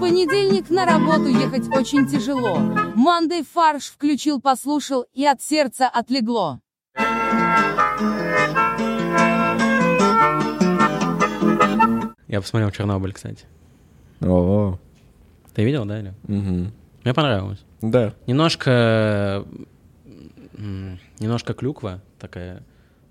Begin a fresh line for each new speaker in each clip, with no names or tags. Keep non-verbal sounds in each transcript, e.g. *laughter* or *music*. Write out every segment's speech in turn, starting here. понедельник на работу ехать очень тяжело. Мандей фарш включил, послушал, и от сердца отлегло.
Я посмотрел Чернобыль, кстати.
О,
Ты видел, да, или?
мгм.
Мне понравилось.
Да.
Немножко... м, Немножко клюква такая.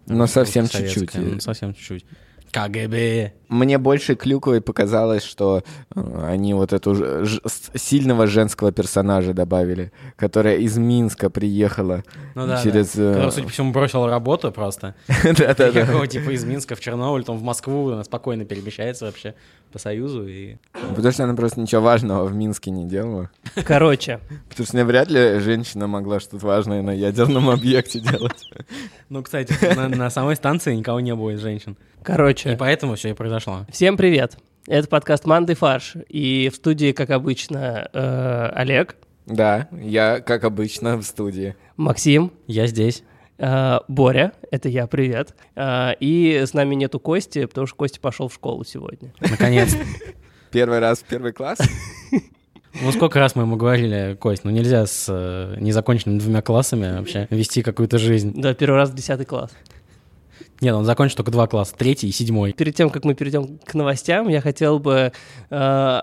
Но Ну, совсем
Советская,
чуть-чуть.
ну, совсем чуть-чуть. КГБ.
Мне больше клюковой показалось, что э, они вот эту ж- ж- с- сильного женского персонажа добавили, которая из Минска приехала.
Ну да,
Через,
да. Который,
э, *laughs*
судя по всему, бросил работу просто.
Да-да-да.
Приехал, типа, из Минска в Чернобыль, там в Москву, она спокойно перемещается вообще по Союзу. И... *laughs*
Потому что она просто ничего важного в Минске не делала.
Короче,
Потому что вряд ли женщина могла что-то важное на ядерном объекте делать.
Ну, кстати, на, на самой станции никого не было из женщин. И
короче.
поэтому все и произошло.
Всем привет. Это подкаст «Манды фарш». И в студии, как обычно, э, Олег,
Да, я, как обычно, в студии.
Максим,
Я здесь.
э, Боря, это я, привет. Э, и с нами нету Кости, потому что Костя пошел в школу сегодня.
Наконец.
Первый раз в первый класс.
Ну, сколько раз мы ему говорили, Кость, ну нельзя с э, незаконченными двумя классами вообще вести какую-то жизнь.
Да, первый раз в 10 класс.
Нет, он закончил только два класса, третий и седьмой.
Перед тем, как мы перейдем к новостям, я хотел бы э,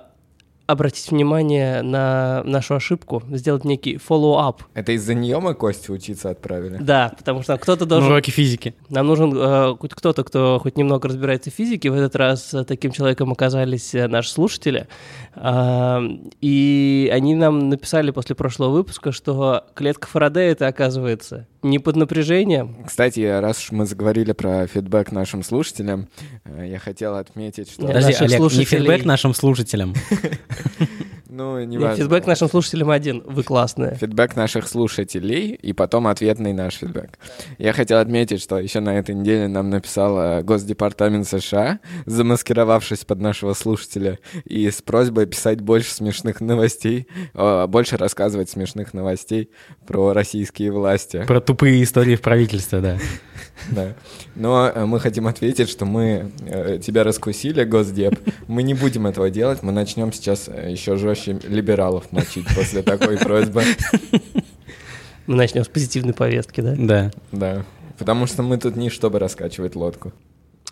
обратить внимание на нашу ошибку, сделать некий follow-up.
Это из-за нее мы Костю учиться отправили?
Да, потому что кто-то
На
должен...
уроки физики.
Нам нужен э, хоть кто-то, кто хоть немного разбирается в физике. В этот раз э, таким человеком оказались э, наши слушатели. А, и они нам написали после прошлого выпуска, что клетка Фарадея это оказывается не под напряжением.
Кстати, раз уж мы заговорили про фидбэк нашим слушателям, э, я хотел отметить, что...
Для Да.
Подожди,
наших
Олег, не
слушателей.
фидбэк нашим слушателям.
Ну, не
Нет,
важно.
Фидбэк нашим слушателям один. Вы классные.
Фидбэк наших слушателей и потом ответный наш фидбэк. Я хотел отметить, что еще на этой неделе нам написал э, Госдепартамент США, замаскировавшись под нашего слушателя, и с просьбой писать больше смешных новостей, э, больше рассказывать смешных новостей про российские власти.
Про тупые истории в правительстве,
*laughs*
да.
Да. Но э, мы хотим ответить, что мы э, тебя раскусили, Госдеп. Мы не будем этого делать. Мы начнем сейчас э, еще жестче либералов мочить после такой просьбы.
Мы начнем с позитивной повестки, да?
Да.
Да. Потому что мы тут не чтобы раскачивать лодку.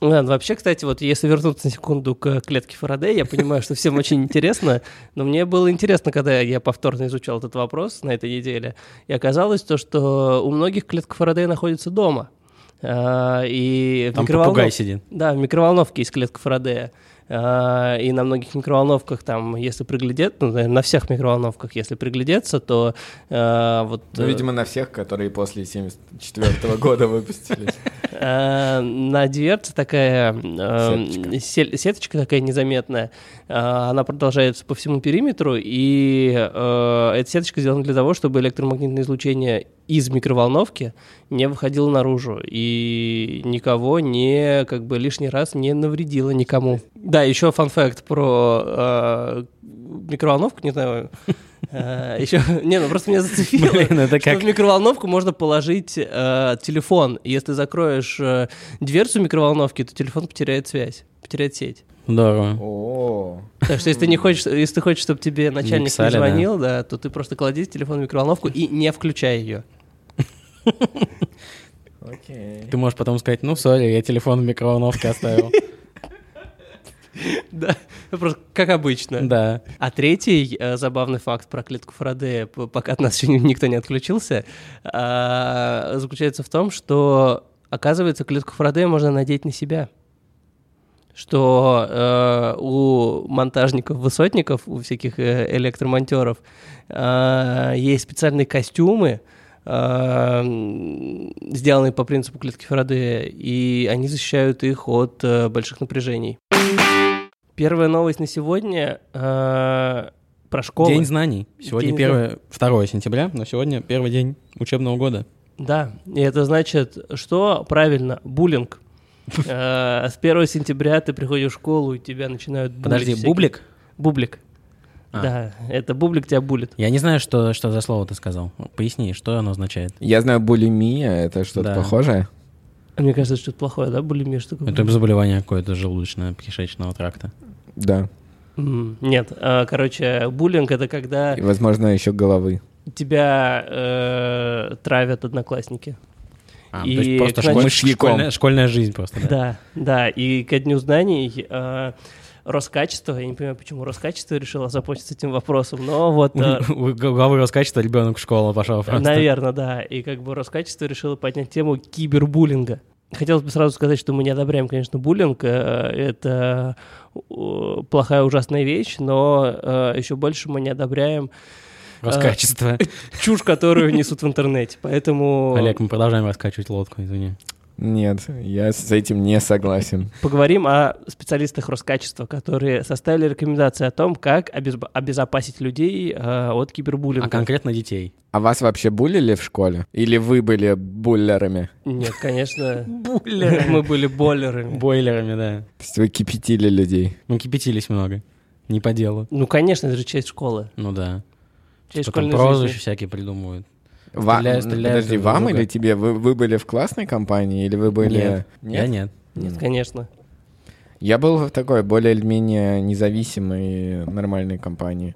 Ладно, вообще, кстати, вот если вернуться на секунду к клетке Фарадея, я понимаю, что всем очень интересно, но мне было интересно, когда я повторно изучал этот вопрос на этой неделе, и оказалось то, что у многих клетка Фарадея находится дома. А, И в
Там
микроволнов-
попугай сидит.
Да, в микроволновке есть клетка Фарадея. А, И на многих микроволновках там, если приглядеться, ну, наверное, на всех микроволновках, если приглядеться, то а, вот...
Ну,
э,
видимо, на всех, которые после 74 года выпустились.
Э, на дверце такая э, сел- сеточка такая незаметная. Э, Она продолжается по всему периметру, и э, эта сеточка сделана для того, чтобы электромагнитное излучение из микроволновки не выходило наружу и никого не как бы лишний раз не навредило никому. Да, еще фан-факт про э, микроволновку, не знаю. Еще, *laughs* не, ну просто меня зацепило.
Блин, это
Что
как-
в микроволновку можно положить э, телефон. Если закроешь э, дверцу микроволновки, то телефон потеряет связь, потеряет сеть.
Здорово.
*laughs* О,
Так что если ты не хочешь, если ты хочешь, чтобы тебе начальник
писали, да.
позвонил, да. то ты просто клади телефон в микроволновку и не включай ее.
окей.
Ты можешь потом сказать, ну, сори, я телефон в микроволновке
*laughs*
оставил.
Да, ну просто как обычно.
Да.
А третий э, забавный факт про клетку Фарадея, п- пока от нас еще ни- никто не отключился, а, заключается в том, что, оказывается, клетку Фарадея можно надеть на себя. Что э, у монтажников-высотников, у всяких э, электромонтеров э, есть специальные костюмы, э, м, сделанные по принципу клетки Фарадея, и они защищают их от э, больших напряжений. Первая новость на сегодня э, про школу.
День знаний. Сегодня
День
первое, 2 сентября, но сегодня первый день учебного года.
Да, и это значит, что правильно, буллинг. Э, С 1 сентября ты приходишь в школу, и тебя начинают булить
Подожди,
всякие-
бублик?
Бублик.
А.
Да, это бублик тебя булит.
Я не знаю, что, что за слово ты сказал. Поясни, что оно означает.
Я знаю, булимия — это что-то
Да.
похожее?
А Мне кажется, это
Ну,
что-то плохое, да, булимия? Что такое?
Это заболевание какое-то желудочно-кишечного тракта.
Да.
М, Нет, э, короче, буллинг — это когда э,
И, возможно, еще головы.
тебя э, травят одноклассники.
А,
И
то есть просто
к нам-
школь-
Мышьяком.
школьная, школьная жизнь просто, да?
Да, да, и ко дню знаний э, Роскачество, я не понимаю, почему Роскачество решило запустить этим вопросом, но вот... *laughs* э,
*laughs* У у главы Роскачества ребенок а в школу пошел просто.
Наверное, да. И как бы Роскачество решило поднять тему кибербуллинга. Хотелось бы сразу сказать, что мы не одобряем, конечно, буллинг. Э, Это э, плохая, ужасная вещь, но еще больше мы не одобряем а, *laughs*
Роскачество.
чушь, которую несут в интернете. Поэтому
Олег, мы продолжаем раскачивать лодку, извини.
Нет, я с этим не согласен.
поговорим о специалистах Роскачества, которые составили рекомендации о том, как обезб- обезопасить людей э, от кибербуллинга.
А конкретно детей.
А вас вообще булили в школе? Или вы были буллерами?
Нет, конечно,
Бойлерами.
мы были бойлерами.
Бойлерами, да.
То есть вы кипятили людей?
Мы кипятились много. Не по делу.
Ну, конечно, это же часть школы.
Ну да.
Часть
Потом
школьной
прозвища
жизни.
всякие придумывают.
Ва-
Стреляю, стреляю
Подожди,
друг в
вам
друга.
или тебе? Вы, вы были в классной компании или вы были...
Нет. Я нет.
Нет, конечно.
Я был в такой более-менее независимой нормальной компании.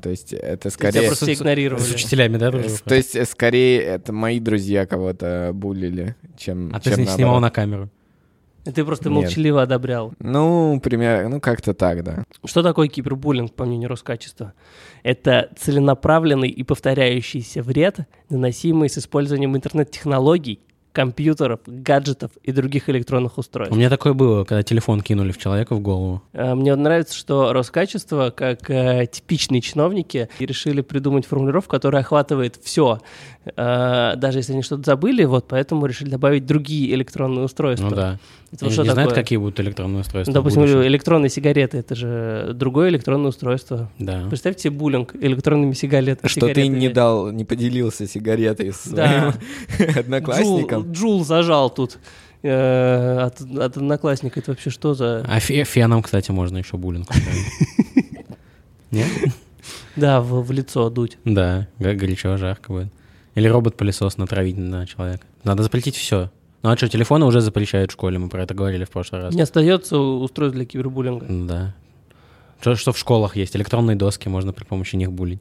То есть это
Тебя
скорее...
просто
С- с-
игнорировали.
С учителями, да, дружил?
То есть э, скорее это мои друзья кого-то булили, чем...
А ты
чем
с ней
наоборот.
снимал на камеру.
И Ты просто
Нет.
молчаливо одобрял.
Ну, примерно, ну как-то так, да.
Что такое кибербуллинг, по мнению Роскачества? Это целенаправленный и повторяющийся вред, наносимый с использованием интернет-технологий, компьютеров, гаджетов и других электронных
У
устройств.
меня такое было, когда телефон кинули в человека в голову.
Э, Мне вот нравится, что Роскачество, как э, типичные чиновники, и решили придумать формулировку, которая охватывает все, даже если они что-то забыли, вот поэтому решили добавить другие электронные устройства.
Ну да.
Это вот
Они
что
не знают,
такое?
какие будут электронные устройства. в
Ну, Допустим,
будущем.
электронные сигареты это же другое электронное устройство.
Да.
Представьте себе буллинг электронными сигарет-
Что
сигаретами.
ты не дал, не поделился сигаретой с
Да.
своим *laughs*
Джул,
одноклассником.
Джул зажал тут. Э, От, от одноклассника это вообще что за...
А фе- феном, кстати, можно еще буллинг
*laughs*
устроить. Нет?
Да, в, в лицо дуть.
Да, га- горячо, жарко будет. Или робот-пылесос натравить на человека. Надо запретить все. Ну а что, телефоны уже запрещают в школе, мы про это говорили в прошлый раз.
Не остается устройство для кибербуллинга.
Ну Да. Что, что в школах есть? Электронные доски, можно при помощи них булить.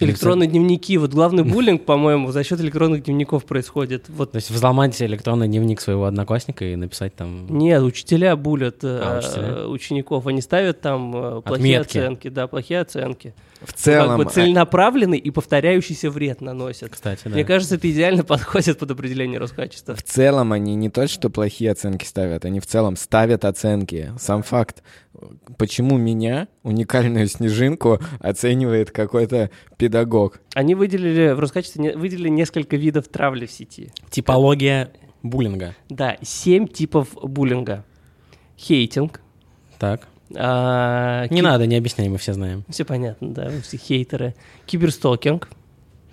Или,
Электронные дневники. Вот главный буллинг, по-моему, за счет электронных дневников происходит.
кстати,
Вот
То есть взломать электронный дневник своего одноклассника и написать там...
Нет, учителя булят э,
А, учителя?
учеников. Они ставят там э, плохие
Отметки.
оценки. Да, плохие оценки.
В
как
целом, э,
бы целенаправленный и повторяющийся вред наносят.
Кстати, да.
Мне кажется, это идеально *laughs* подходит под определение Роскачества.
в целом они не то, что плохие оценки ставят, они в целом ставят оценки. Сам факт, почему меня, уникальную снежинку, оценивает какой-то педагог.
Они выделили в Роскачестве не- выделили несколько видов травли в сети.
Типология буллинга.
Да, семь типов буллинга. Хейтинг.
Так.
а,
Не
ки-
надо, не объясняй, мы все знаем.
Все понятно, да, вы все хейтеры. Киберстокинг.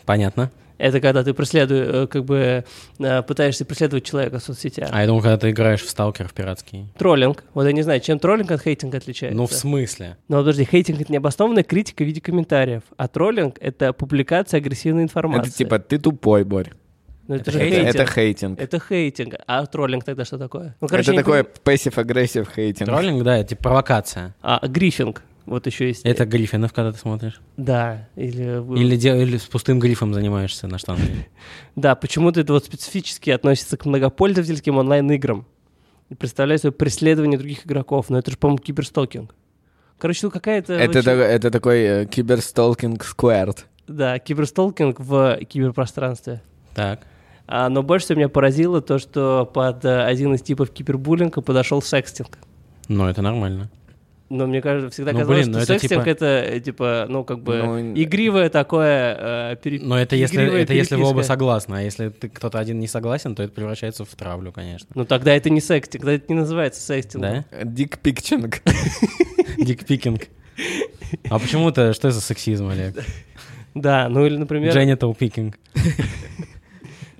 Понятно.
Это когда ты преследуешь, как бы э, пытаешься преследовать человека в соцсетях.
А я думаю, когда ты играешь в сталкеров пиратские.
Троллинг. Вот я не знаю, чем троллинг от хейтинга отличается.
Ну, в смысле?
Но подожди, хейтинг — это необоснованная критика в виде комментариев, а троллинг — это публикация агрессивной информации.
Это типа ты тупой, Борь.
Ну,
это
это, же
Это,
хейтинг.
это
Это...
хейтинг.
хейтинг. А троллинг тогда что такое? Ну,
это
короче, я не
такой
понимаю.
пассив-агрессив хейтинг.
Троллинг, да, это типа провокация.
А, грифинг. Вот еще есть.
Это Гриффинов, когда ты смотришь.
Да. Или... вы-
Или, дел- или с пустым грифом занимаешься на *laughs* штанге.
Да, почему-то это вот специфически относится к многопользовательским онлайн-играм. И представляет собой преследование других игроков. Но это же, по-моему, киберстокинг. Короче, ну какая-то...
Это,
очень-
та- это такой э, киберстолкинг скверт.
Да, киберстолкинг в киберпространстве.
Так.
А, но больше всего меня поразило то, что под э, один из типов кибербуллинга подошел секстинг.
Ну, это нормально.
Но мне кажется, всегда
Ну,
казалось,
блин, ну
что
это
секстинг
типа-
это э, типа, ну, как бы
Ну,
игривое такое э, пере-
Но это если,
игривая
это если вы оба
переписка.
согласны, а если ты, кто-то один не согласен, то это превращается в травлю, конечно.
Ну тогда это не секстинг, тогда это не называется
Да? *laughs*
секстингом.
Дикпикчинг.
Дикпикинг. А почему-то что за сексизм, *laughs* Олег?
Да, ну или, например...
Дженитал пикинг.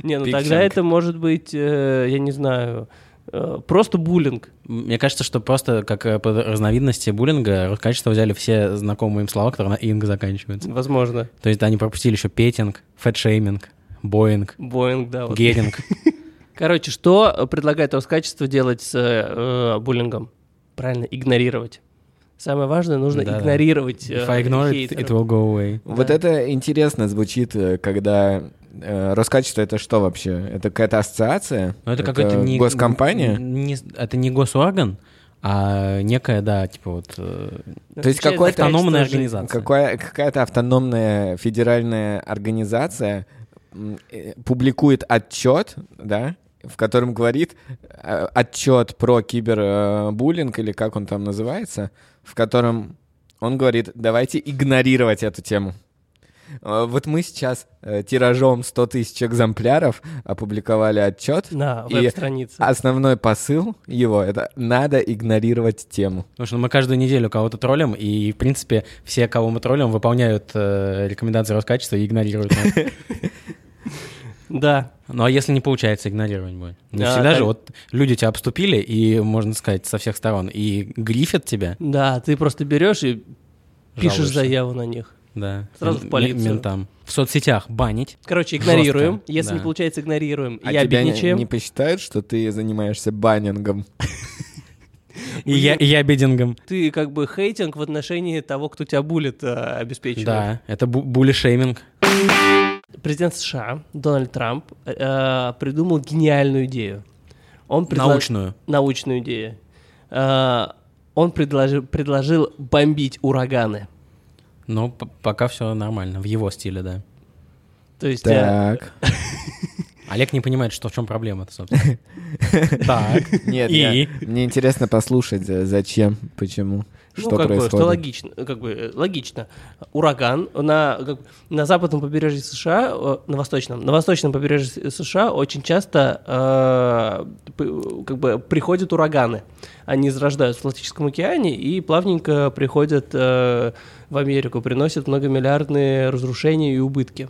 Не, ну
пиксинг.
тогда это может быть, э, я не знаю, э, просто буллинг.
Мне кажется, что просто как э, под разновидности буллинга качество взяли все знакомые им слова, которые на инг заканчиваются.
Возможно.
То есть они пропустили еще петинг, фэтшейминг, боинг,
Боинг, да. вот.
геринг.
Короче, что э, предлагает Роскачество делать с э, э, буллингом? Правильно, игнорировать. Самое важное, нужно
Да-да.
игнорировать
If
э,
I ignore it,
хейтеров.
it will go away.
Да.
Вот это интересно звучит, э, когда э, Роскачество это что вообще? Это какая-то ассоциация?
Но Ну, это, какая-то не...
госкомпания?
не- это не госорган, а некая, да, типа вот... э,
То есть
Отвечает
какой-то
за
автономная
качество жизни.
организация.
Какая, какая-то автономная федеральная организация м, э, публикует отчет, да, в котором говорит э, отчет про кибербуллинг или как он там называется, в котором он говорит, давайте игнорировать эту тему. Э, Вот мы сейчас э, тиражом 100 тысяч экземпляров опубликовали отчет.
На
И-
а
веб-странице.
Основной посыл его — это надо игнорировать тему.
Потому что мы каждую неделю кого-то троллим, и, в принципе, все, кого мы троллим, выполняют э, рекомендации Роскачества и игнорируют нас.
Да.
Ну, а если не получается, игнорировать будет. Не
Да,
всегда
да.
же, вот люди тебя обступили, и, можно сказать, со всех сторон, и грифят тебя.
Да, ты просто берешь и пишешь
Жалуешься.
заяву на них.
Да.
Сразу в
М-
полицию.
Ментам. В соцсетях банить.
Короче,
Жестко,
игнорируем. Если
да.
не получается, игнорируем.
А
и
тебя не,
обидничаем.
не посчитают, что ты занимаешься баннингом?
И я, и я бидингом.
Ты как бы хейтинг в отношении того, кто тебя булит, э, обеспечиваешь.
Да, это бу- булишейминг.
Президент США Дональд Трамп э, придумал гениальную идею. Он предла-
Научную.
научную идею. Э, он предложи- предложил бомбить ураганы.
Но п- пока все нормально, в его стиле, да.
То есть э,
Так.
Олег не понимает, что в чем проблема-то,
*laughs*
собственно. Так.
Нет,
И?
я- мне интересно послушать, э, зачем, почему,
Ну,
что
как бы, что
происходит.
логично, как бы э, логично. Ураган на как бы, на западном побережье США, э, на восточном, на восточном побережье С- США очень часто э, п- как бы приходят ураганы. Они зарождаются в Атлантическом океане и плавненько приходят э, в Америку, приносят многомиллиардные разрушения и убытки.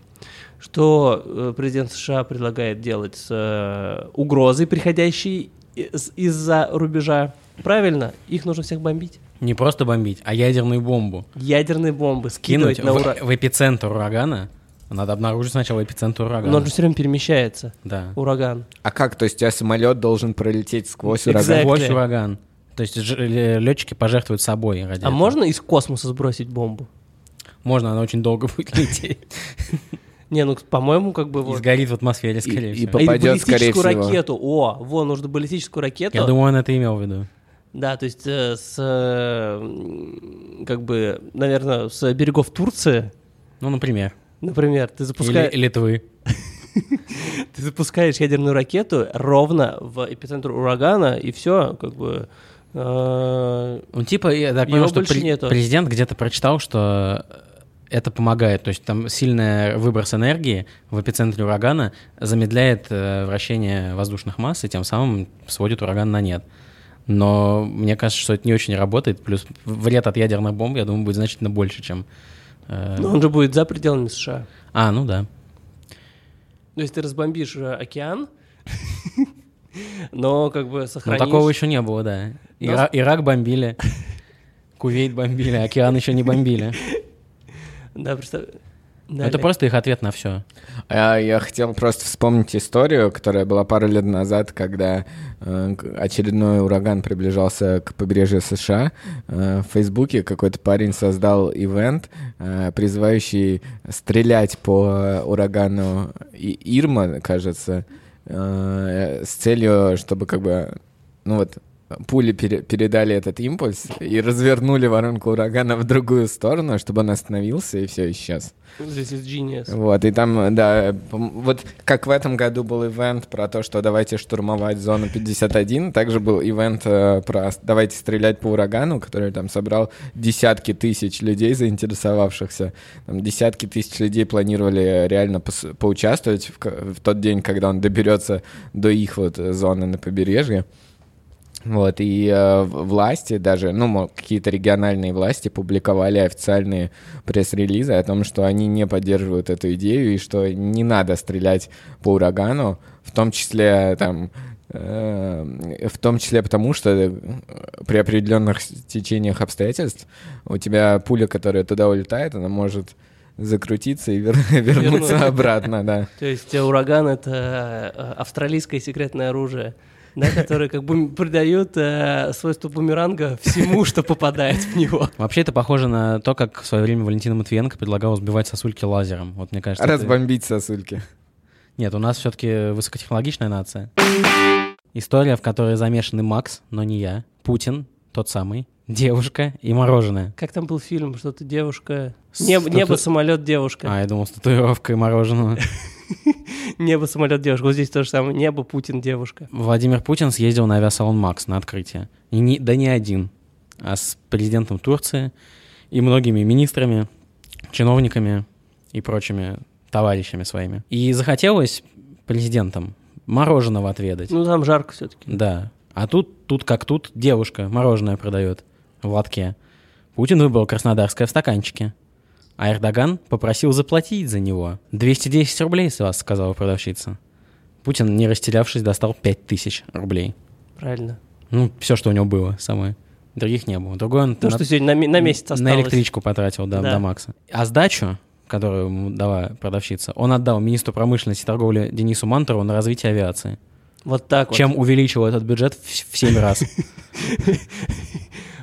Что э, президент США предлагает делать с э, угрозой, приходящей из- из-за рубежа? Правильно, их нужно всех бомбить
Не просто бомбить, а ядерную бомбу.
ядерные бомбы скидывать
кинуть
на
в,
ура...
в эпицентр урагана. Надо обнаружить сначала эпицентр урагана.
Но он же все время перемещается,
Да.
ураган.
А как, то есть у тебя самолет должен пролететь сквозь
Exactly.
ураган?
Сквозь ураган. То есть летчики пожертвуют собой ради
А
этого.
можно из космоса сбросить бомбу?
Можно, она очень долго *laughs* будет лететь.
Не, ну, по-моему, как бы
И
вот...
сгорит в атмосфере, скорее
и
всего.
по-
А или
попадет, скорее
баллистическую
всего.
ракету. О, вон, нужно баллистическую ракету.
Я думаю, он это имел в виду.
Да, то есть э, с... э, м, как бы, наверное, с берегов Турции,
Ну, например.
например, ты,
Или
запуска...
Литвы.
ты запускаешь ядерную ракету ровно в эпицентр урагана, и все, как бы... э,
Ну, типа, я так
Его
понял, что
больше
пре-
нету.
президент где-то прочитал, что это помогает. То есть там сильный выброс энергии в эпицентре урагана замедляет э, вращение воздушных масс и тем самым сводит ураган на нет. Но мне кажется, что это не очень работает. Плюс вред от ядерных бомб, я думаю, будет значительно больше, чем... э,
но он же будет за пределами США.
А, ну да.
Ну, если ты разбомбишь э, океан, но как бы
Но
сохранишь...
Ну, такого еще не было, да.
Но-
Ира- Ирак бомбили, Кувейт бомбили, океан еще не бомбили.
Да, представь... *laughs* Да,
Это
Ле-
просто их ответ на все.
А я хотел просто вспомнить историю, которая была пару лет назад, когда э, к- очередной ураган приближался к побережью США. Э, в Фейсбуке какой-то парень создал ивент, э, призывающий стрелять по урагану И- Ирма, кажется, э, с целью, чтобы как бы, ну вот, пули пере- передали этот импульс и развернули воронку урагана в другую сторону, чтобы он остановился и все исчез.
This is Ну, genius.
Вот, и там, да, пом- вот как в этом году был ивент про то, что давайте штурмовать зону 51, также был ивент э, про с- давайте стрелять по урагану, который там собрал десятки тысяч людей, заинтересовавшихся. Там десятки тысяч людей планировали реально пос- поучаствовать в, к- в тот день, когда он доберется до их вот э, зоны на побережье. Вот, и э, в- власти даже, ну, мол, какие-то региональные власти публиковали официальные пресс-релизы о том, что они не поддерживают эту идею и что не надо стрелять по урагану, в том числе там э, в том числе потому, что э, при определенных течениях обстоятельств у тебя пуля, которая туда улетает, она может закрутиться и вер- *laughs* вернуться обратно, да.
То есть э, ураган — это э, австралийское секретное оружие. да, которые как бы придают э, свойство бумеранга всему, что попадает в него.
Вообще это похоже на то, как в свое время Валентина Матвиенко предлагала сбивать сосульки лазером. Вот мне кажется... это-
Разбомбить сосульки.
Нет, у нас все-таки высокотехнологичная нация. История, в которой замешаны Макс, но не я, Путин, тот самый, девушка и мороженое.
Как там был фильм? Что-то девушка...
С-
Небо,
что-то-
небо самолет, девушка.
А, я думал, с татуировкой мороженого.
Небо, самолет, девушка. Вот здесь то же самое. Небо, Путин, девушка.
Владимир Путин съездил на авиасалон «Макс» на открытие. И не- да не один, а с президентом Турции и многими министрами, чиновниками и прочими товарищами своими. И захотелось президентам мороженого отведать.
Ну, там жарко все-таки.
Да. А тут, тут как тут, девушка мороженое продает в лотке. Путин выбрал краснодарское в стаканчике. А Эрдоган попросил заплатить за него. 210 рублей с вас, сказала продавщица. Путин, не растерявшись, достал 5000 рублей.
Правильно.
Ну, все, что у него было самое. Других не было. Другой он на,
Ну, что сегодня на, ме- на месяц осталось.
на электричку потратил да,
Да.
до Макса. А сдачу, которую ему дала продавщица, он отдал министру промышленности и торговли Денису Мантеру на развитие авиации.
Вот так вот.
Чем увеличил этот бюджет в 7 раз.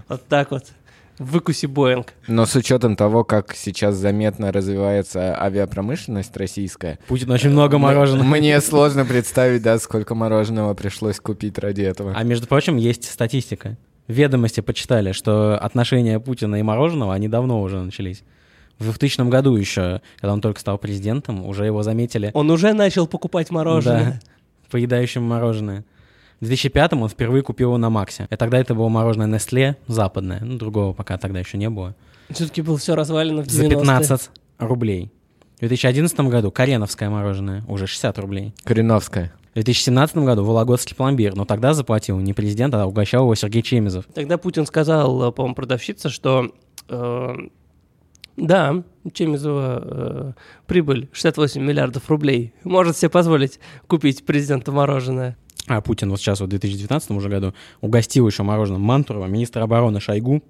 Вот так вот. Выкуси Боинг.
Но с учетом того, как сейчас заметно развивается авиапромышленность российская,
Путин очень много мороженого.
мне сложно представить, да, сколько мороженого пришлось купить ради этого.
А между прочим, есть статистика. Ведомости почитали, что отношения Путина и мороженого, они давно уже начались. В 2000 году еще, когда он только стал президентом, уже его заметили
Он уже начал покупать мороженое.
Да, поедающим мороженое. В 2005 он впервые купил его на Максе. И тогда это было мороженое Nestle западное. Ну, другого пока тогда еще не было.
Все-таки было все развалено в
За
90-е.
15 рублей. В 2011 году Кареновское мороженое уже 60 рублей.
Кореновская.
В 2017 году Вологодский пломбир, но тогда заплатил не президент, а угощал его Сергей Чемизов.
Тогда Путин сказал, э, по-моему, продавщице, что э, да, Чемизова э, прибыль 68 миллиардов рублей может себе позволить купить президента мороженое.
А Путин вот сейчас, вот в 2019 уже году, угостил еще мороженым Мантурова, министра обороны Шойгу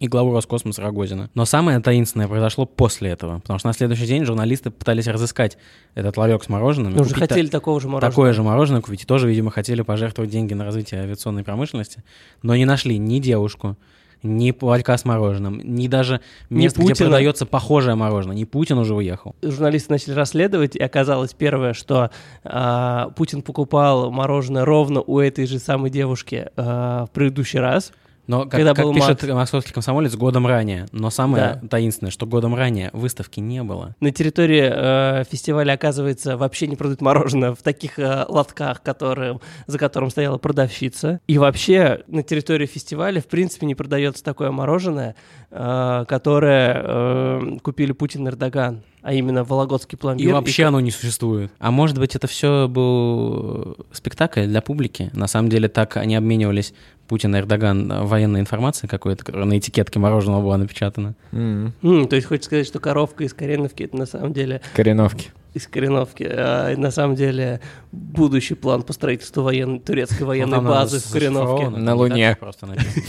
и главу Роскосмоса Рогозина. Но самое таинственное произошло после этого, потому что на следующий день журналисты пытались разыскать этот ларек с мороженым. и
Ну, уже
купить та-
хотели такого же мороженого.
Такое же мороженое купить. И тоже, видимо, хотели пожертвовать деньги на развитие авиационной промышленности, но не нашли ни девушку, ни ларька с мороженым, ни даже
Ни
место, где
Путина.
продается похожее мороженое. Не Путин уже уехал.
Журналисты начали расследовать, и оказалось первое, что а, Путин покупал мороженое ровно у этой же самой девушки а, в предыдущий раз.
Но как,
Когда
как
был
пишет московский комсомолец, годом ранее. Но самое
Да.
таинственное, что годом ранее выставки не было.
На территории э, фестиваля, оказывается, вообще не продают мороженое в таких э, лотках, которые, за которым стояла продавщица. И вообще на территории фестиваля, в принципе, не продается такое мороженое, э, которое э, купили Путин и Эрдоган, а именно Вологодский
И
пломбир.
вообще оно не существует. А может быть, это все был э, спектакль для публики? На самом деле, так они обменивались, Путин и Эрдоган, э, военной информацией какой-то, которая на этикетке мороженого была напечатана.
М,
М, то есть хочется сказать, что коровка из Кореновки — это на самом деле
Кореновки.
из Кореновки, а это на самом деле будущий план по строительству военной, турецкой военной
Ну, там
базы
оно
в Кореновке.
зашифровано,
На
не
Луне.
так Просто
*laughs*
написано.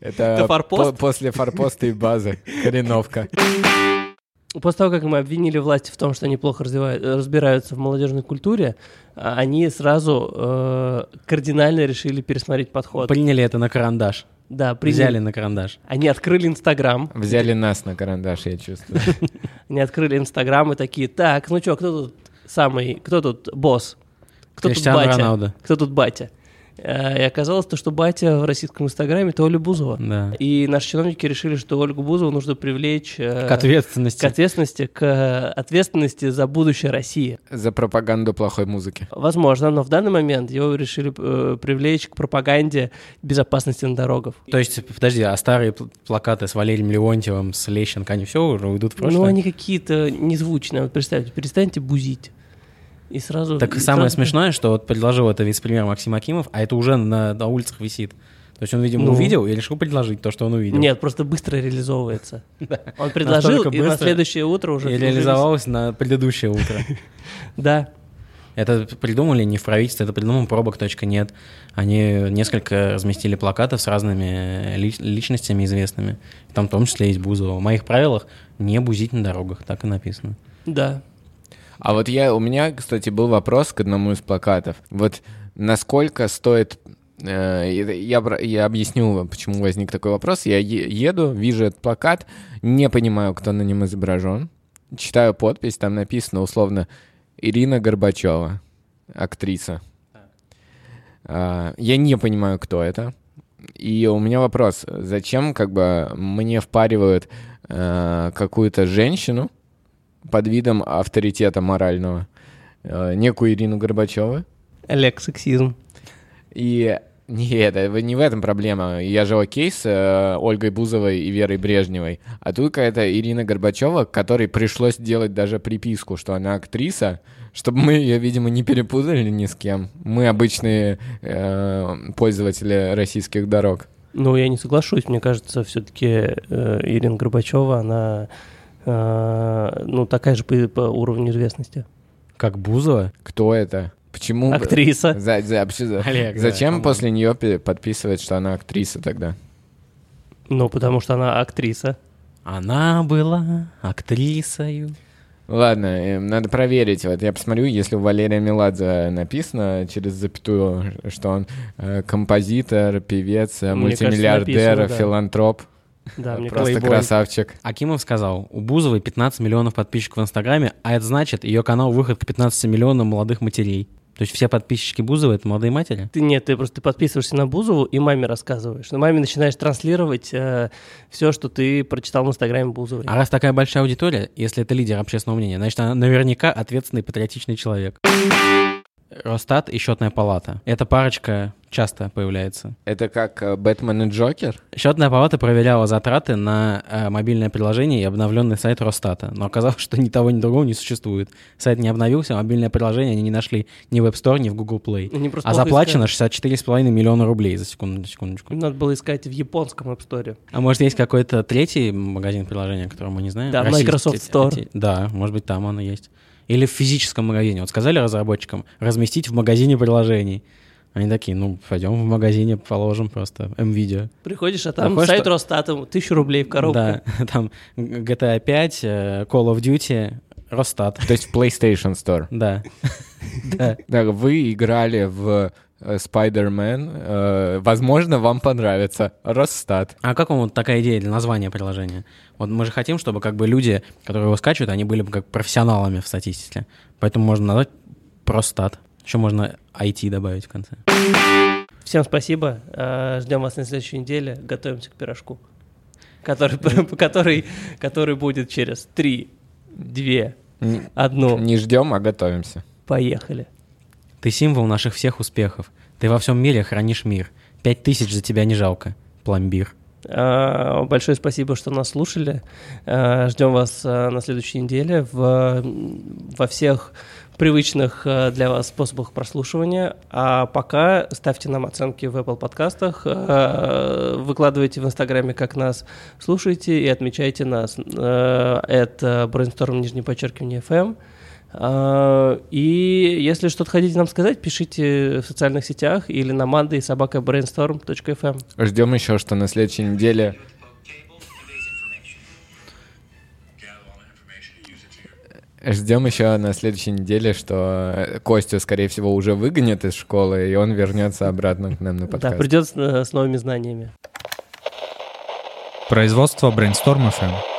Это
Это форпост?
по- после форпоста и базы. Кореновка.
После того, как мы обвинили власти в том, что они плохо развивают- э, разбираются в молодежной культуре, а, они сразу э, кардинально решили пересмотреть подход.
Приняли это на карандаш.
Да, приняли.
Взяли на карандаш.
Они открыли Инстаграм,
Взяли нас на карандаш, я чувствую.
они открыли Инстаграм и такие, так, ну чё, кто тут самый, кто тут босс, кто
Криштиану
тут батя,
Роналдо.
кто тут батя. Э, И оказалось то, что батя в российском Инстаграме это Оля Бузова.
Да.
И наши чиновники решили, что Ольгу Бузову нужно привлечь э,
К ответственности.
к ответственности, к э, ответственности за будущее России.
За пропаганду плохой музыки.
Возможно, но в данный момент его решили э, привлечь к пропаганде безопасности на дорогах.
То есть, подожди, а старые пл- плакаты с Валерием Леонтьевым, с Лещенко, они все уже уйдут в прошлое?
Ну, они какие-то незвучные. Вот представьте, перестаньте бузить. И сразу...
Так
и
самое
сразу-
смешное, что вот предложил это вице-премьер Максим Акимов, а это уже на, на улицах висит. То есть он, видимо,
Ну.
увидел и решил предложить то, что он увидел.
Нет, просто быстро реализовывается.
*laughs*
Он предложил,
Настолько
и на
быстро.
следующее утро уже...
И
уже
реализовалось на предыдущее
*laughs*
утро.
вис- Да.
Это придумали не в правительстве, это придумал пробок.нет. Они несколько разместили плакатов с разными ли- личностями известными. Там в том числе есть Бузова. В моих правилах не бузить на дорогах, так и написано.
Да.
А вот я, у меня, кстати, был вопрос к одному из плакатов. Вот насколько стоит... э, Я, бра- я объясню, вам, почему возник такой вопрос. Я е- еду, вижу этот плакат, не понимаю, кто на нем изображен. Читаю подпись, там написано условно «Ирина Горбачева, актриса». А, Я не понимаю, кто это. И у меня вопрос, зачем как бы мне впаривают э, какую-то женщину под видом авторитета морального, э, некую Ирину Горбачеву?
Олег, сексизм.
И *laughs* нет, это не в этом проблема. Я же окей с э, Ольгой Бузовой и Верой Брежневой. А тут какая-то Ирина Горбачева, которой пришлось делать даже приписку, что она актриса, чтобы мы ее, видимо, не перепутали ни с кем. Мы обычные э, пользователи российских дорог.
Ну, я не соглашусь. Мне кажется, все-таки Ирина Горбачева, она э, ну, такая же по, по уровню известности.
Как Бузова?
Кто это?
Ну,
Почему?
Актриса.
За- за- вообще за-
Олег, да,
Зачем
камон.
после нее пе- подписывать, что она актриса тогда?
Ну, потому что она актриса.
Она была актрисою.
Ладно, э, надо проверить. Вот я посмотрю, если у Валерия Меладзе написано через запятую, что он э, композитор, певец, э,
Мне кажется,
мультимиллиардер,
написано, да.
филантроп,
Да, мне
просто
кажется.
Playboy.
красавчик.
Акимов сказал, у Бузовой 15 миллионов подписчиков в Инстаграме, а это значит, ее канал выход к 15 миллионам молодых матерей. То есть все подписчики Бузовой — это молодые матери?
Ты, нет, ты просто подписываешься на Бузову и маме рассказываешь. Но маме начинаешь транслировать все, что ты прочитал в Инстаграме Бузовой.
А раз такая большая аудитория, если это лидер общественного мнения, значит, она наверняка ответственный патриотичный человек. Росстат и счетная палата. Эта парочка часто появляется.
Это как э, Бэтмен и Джокер?
Счетная палата проверяла затраты на э, мобильное приложение и обновленный сайт Росстата, но оказалось, *laughs* что ни того, ни другого не существует. Сайт не обновился, а мобильное приложение они не нашли ни в App Store, ни в Google Play.
Они Ну, просто
А
плохо
заплачено 64,5 миллиона рублей за секунду, секундочку.
искали. Надо было искать в японском App Store.
А может, есть какой-то третий магазин приложения, который мы не знаем?
Да, в
Российский,
Microsoft
кстати,
Store.
IT. Да, может быть, там оно есть. Или в физическом магазине. Вот сказали разработчикам, разместить в магазине приложений. Они такие, ну, пойдем в магазине, положим просто NVIDIA.
Приходишь, а там
Похоже,
сайт
что-
Росстата, тысячу рублей в коробку. *laughs*
Да, там GTA 5, э, Call of Duty, Росстат.
То есть в PlayStation Store.
Да. Да.
Да, вы играли в э, Spider-Man. э, возможно, вам понравится. Росстат.
А как вам вот такая идея для названия приложения? Вот мы же хотим, чтобы как бы люди, которые его скачивают, они были бы как профессионалами в статистике. Поэтому можно назвать Простат. Еще можно IT добавить в конце.
Всем спасибо. Э, Ждем вас на следующей неделе. Готовимся к пирожку, который, *laughs* который, который будет через три, две,
Н-
одну.
Не ждем, а готовимся.
Поехали.
Ты символ наших всех успехов. Ты во всем мире хранишь мир. Пять тысяч за тебя не жалко. Пломбир.
Э, Большое спасибо, что нас слушали. Э, Ждем вас э, на следующей неделе в, м, во всех привычных э, для вас способах прослушивания. А пока ставьте нам оценки в Apple подкастах, э, выкладывайте в Инстаграме, как нас слушаете, и отмечайте нас. Э, Это Brainstorm, нижнее подчеркивание, FM. Э, И если что-то хотите нам сказать, пишите в социальных сетях или на mandy собака brainstorm.fm.
Ждем еще, что на следующей неделе Ждем еще на следующей неделе, что э, Костю, скорее всего, уже выгонят из школы, и он вернется обратно к нам на
Да,
подкаст.
придет с, э, с новыми знаниями.
Производство Brainstorm FM.